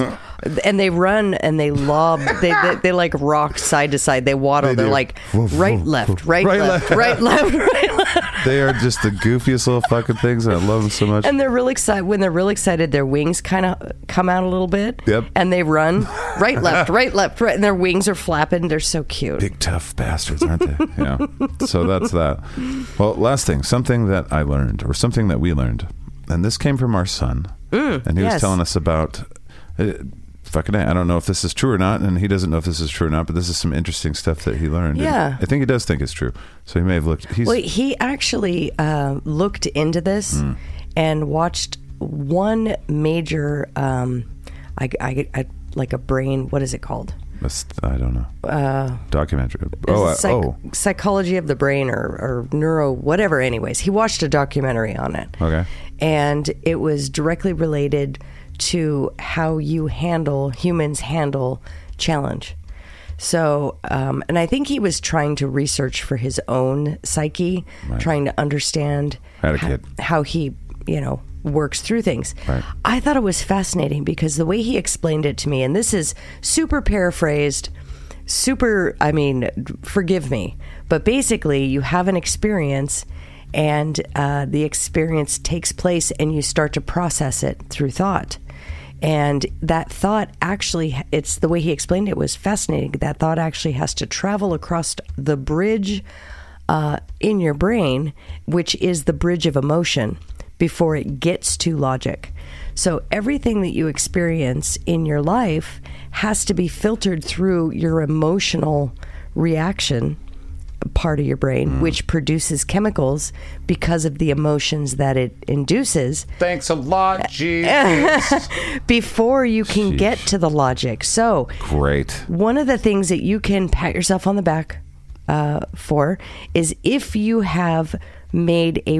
and they run and they lob. They they, they like rock side to side. They waddle. They are do. like Woof, right, woof, left, woof. right, Right, left, left. right, left, right, left. They are just the goofiest little fucking things, and I love them so much. And they're real excited. When they're real excited, their wings kind of come out a little bit. Yep. And they run right, left, right, left, right, and their wings are flapping. They're so cute. big tough bastards, aren't they? yeah. So that's that. Well, last thing, something that I learned, or something that we learned, and this came from our son, and he Mm, yes. was telling us about. Uh, Fucking, A, I don't know if this is true or not, and he doesn't know if this is true or not. But this is some interesting stuff that he learned. and Yeah. I think he does think it's true. So he may have looked. He's Well, he actually uh, looked into this and watched one major, um, I, I, I, like a brain. What is it called? must- I don't know. Documentary. It's Oh, I- Uh, psych- oh, psychology of the brain or, or neuro, whatever. Anyways, he watched a documentary on it. Okay. and it was directly related to how you handle humans handle challenge. So, um, and I think he was trying to research for his own psyche, Right. trying to understand Had a ho- kid. how he, you know, works through things. Right. I thought it was fascinating because the way he explained it to me, and this is super paraphrased, super, I mean, forgive me, but basically, you have an experience and uh, the experience takes place and you start to process it through thought. And that thought actually, it's the way he explained it was fascinating. That thought actually has to travel across the bridge uh, in your brain, which is the bridge of emotion, before it gets to logic. So everything that you experience in your life has to be filtered through your emotional reaction part of your brain, which produces chemicals because of the emotions that it induces Thanks a lot, G. before you can Sheesh. get to the logic. So great. one of the things that you can pat yourself on the back uh, for is if you have made a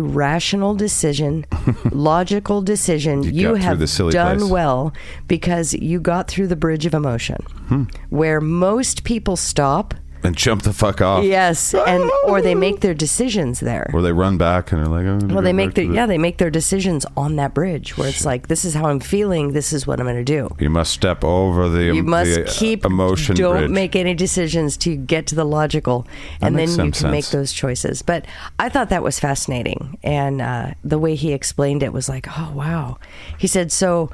(laughs) rational decision, logical decision, you, got through have the silly done place. well because you got through the bridge of emotion, Hmm. where most people stop. And jump the fuck off. Yes, and or they make their decisions there. Or they run back and they're like, oh, Well, they make the their yeah, they make their decisions on that bridge where it's like, this is how I'm feeling, this is what I'm going to do. You must step over the. You must the, uh, keep emotion. Don't bridge. make any decisions to get to the logical, and then makes you some can make sense. those choices. But I thought that was fascinating, and uh, the way he explained it was like, oh wow. He said so.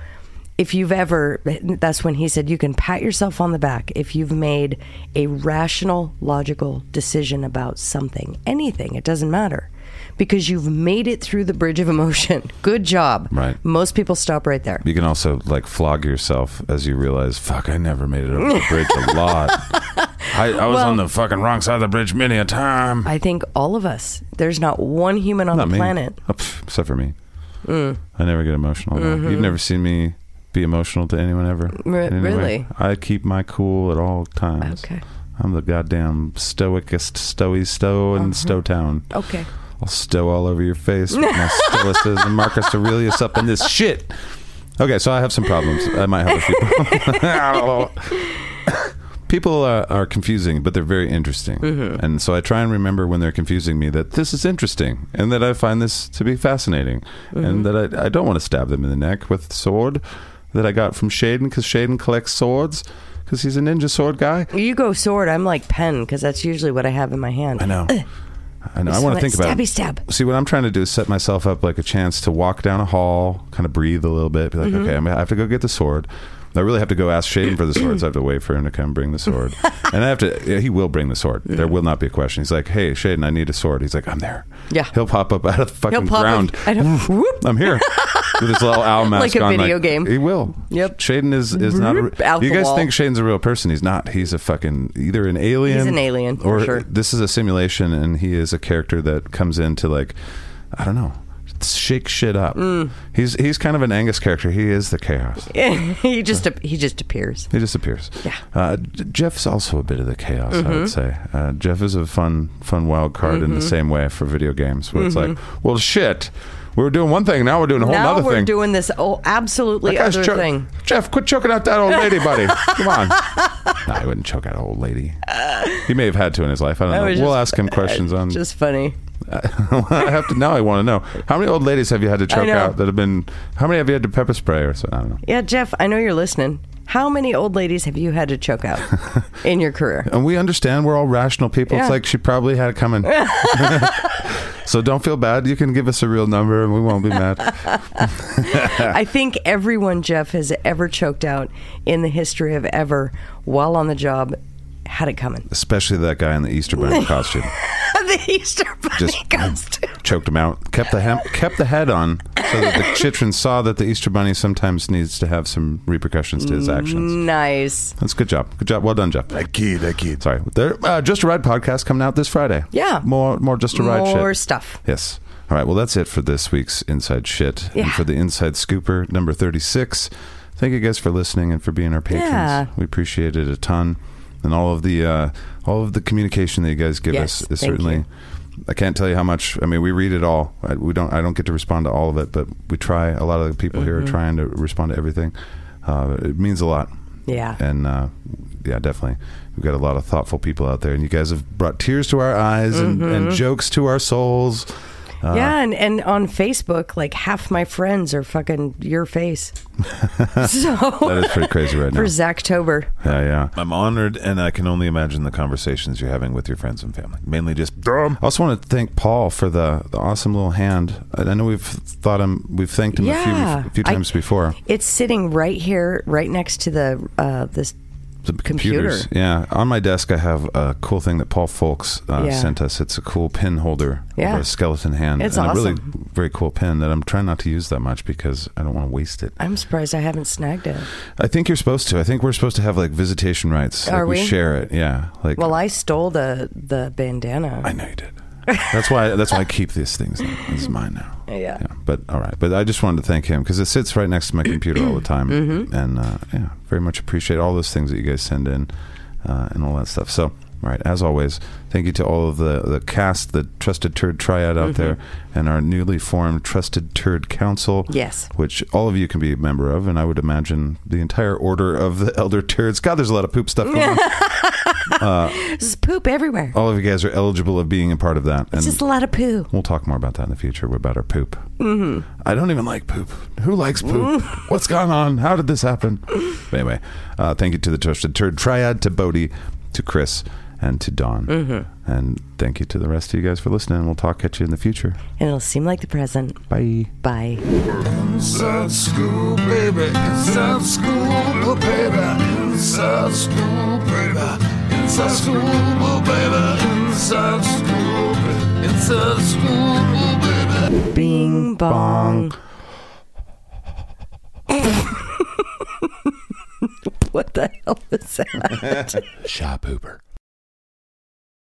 if you've ever, that's when he said, you can pat yourself on the back if you've made a rational, logical decision about something, anything, it doesn't matter, because you've made it through the bridge of emotion. (laughs) Good job. Right. Most people stop right there. You can also like flog yourself as you realize, fuck, I never made it over the bridge (laughs) a lot. I, I was Well- on the fucking wrong side of the bridge many a time. I think all of us, there's not one human on Not the me. planet. Mm. Oh, pff, except for me. I never get emotional. no. You've never seen me be emotional to anyone ever. Mm-hmm. Re- in any way. really? I keep my cool at all times. Okay. I'm the goddamn stoicest stowy stow Uh-huh. in Stowtown. Okay. I'll stow all over your face with my stoicism, Marcus Aurelius up in this shit. Okay, so I have some problems. I might have a few problems. (laughs) People are, are confusing, but they're very interesting. And so I try and remember when they're confusing me that this is interesting and that I find this to be fascinating and that I, I don't want to stab them in the neck with the sword that I got from Shaden because Shaden collects swords because he's a ninja sword guy. You go sword, I'm like pen, because that's usually what I have in my hand. I know. I know. I want Just to like think about stabby it. stab. See, what I'm trying to do is set myself up like a chance to walk down a hall, kind of breathe a little bit, be like, Mm-hmm. okay, I'm, I have to go get the sword. I really have to go ask Shaden for the sword, so I have to wait for him to come bring the (laughs) sword. and I have to, yeah, he will bring the sword. There will not be a question. He's like, hey, Shaden, I need a sword. He's like, I'm there. Yeah. He'll pop up out of the He'll fucking pop up- ground. I don't, whoop. I'm here with his little owl mask (laughs) Like a on, video game. He will. Yep. Shaden is is not. A, Roop, out you the guys wall. think Shaden's a real person? He's not. He's a fucking either an alien. He's an alien, for or sure. this is a simulation, and he is a character that comes in to like, I don't know, shake shit up. Mm. He's he's kind of an Angus character. He is the chaos. (laughs) he just he just appears. He disappears. Yeah. Uh, J- Jeff's also a bit of the chaos, I Mm-hmm. would say. Uh, Jeff is a fun, fun wild card in the same way for video games, where it's like, well, shit, we were doing one thing, now we're doing a whole Mm-hmm. now other we're thing. doing this oh, absolutely That guy's other choke- thing. Jeff, quit choking out (laughs) that old lady, buddy. Come on. (laughs) No, he wouldn't choke out an old lady. He may have had to in his life. I don't That know. was we'll just- ask him questions on. Just funny. (laughs) I have to now. I want to know how many old ladies have you had to choke know. out that have been? How many have you had to pepper spray or something? I don't know. Yeah, Jeff, I know you're listening. How many old ladies have you had to choke (laughs) out in your career? And we understand we're all rational people. It's Yeah. like she probably had it coming. so don't feel bad. You can give us a real number and we won't be mad. I think everyone Jeff has ever choked out in the history of ever while on the job had it coming. (laughs) Especially that guy in the Easter Bunny costume. the Easter bunny Just- costume. Choked him out. Kept the hem- kept the head on so that (laughs) the chitrin saw that the Easter Bunny sometimes needs to have some repercussions to his actions. (laughs) Nice. That's good job. Good job. Well done, Jeff. That kid, that kid. Sorry. There, uh, Just a Ride podcast coming out this Friday. Yeah. More, more Just a Ride shit. More stuff. Yes. All right. Well, that's it for this week's Inside Shit Yeah. and for the Inside Scooper number 36. Thank you guys for listening and for being our patrons. Yeah. We appreciate it a ton. And all of the uh, all of the communication that you guys give us Yes, is thank certainly you. I can't tell you how much. I mean, we read it all. I, we don't I don't get to respond to all of it, but we try. A lot of the people here are trying to respond to everything. Uh, it means a lot. Yeah. And uh, yeah, definitely. We've got a lot of thoughtful people out there, and you guys have brought tears to our eyes and, and Mm-hmm. jokes to our souls. yeah, and, and on Facebook, like half my friends are fucking your face. (laughs) so That is pretty (laughs) crazy right now. (laughs) for Zachtober. Yeah, yeah. I'm honored, and I can only imagine the conversations you're having with your friends and family. Mainly just. I also want to thank Paul for the, the awesome little hand. I I know we've thought him, we've thanked him a Yeah, few, a few I- times before. It's sitting right here, right next to the uh, this The Computer. computers. Yeah. On my desk, I have a cool thing that Paul Folks uh, Yeah. sent us. It's a cool pin holder Yeah. over a skeleton hand. It's and a really awesome. very cool pin that I'm trying not to use that much because I don't want to waste it. I'm surprised I haven't snagged it. I think you're supposed to. I think we're supposed to have like visitation rights. Are like we? we? share it. Yeah. Like Well, I stole the the bandana. I know you did. That's why. That's why I keep these things. Now. This is mine now. (laughs) Yeah. But all right. But I just wanted to thank him because it sits right next to my computer all the (clears throat) time, Mm-hmm. and uh, yeah, very much appreciate all those things that you guys send in uh, and all that stuff. So. All right, as always, thank you to all of the, the cast, the Trusted Turd Triad out there, and our newly formed Trusted Turd Council. Mm-hmm. Yes. Which all of you can be a member of, and I would imagine the entire order of the Elder Turds. God, there's a lot of poop stuff going (laughs) on. There's poop everywhere. all of you guys are eligible of being a part of that. it's and just a lot of poo. We'll talk more about that in the future about our poop. Mm-hmm. I don't even like poop. Who likes poop? (laughs) What's gone on? How did this happen? But anyway, uh, thank you to the Trusted Turd Triad, to Bodhi, to Chris, and to Dawn. Mm-hmm. And thank you to the rest of you guys for listening. We'll talk at you in the future. and it'll seem like the present. Bye. Bye. Inside school, baby. Inside school, oh, baby. Inside school, baby. Inside school, oh, baby. Inside school, baby. Inside school, oh, baby. Bing bong. (laughs) what the hell was that? Shop Hooper.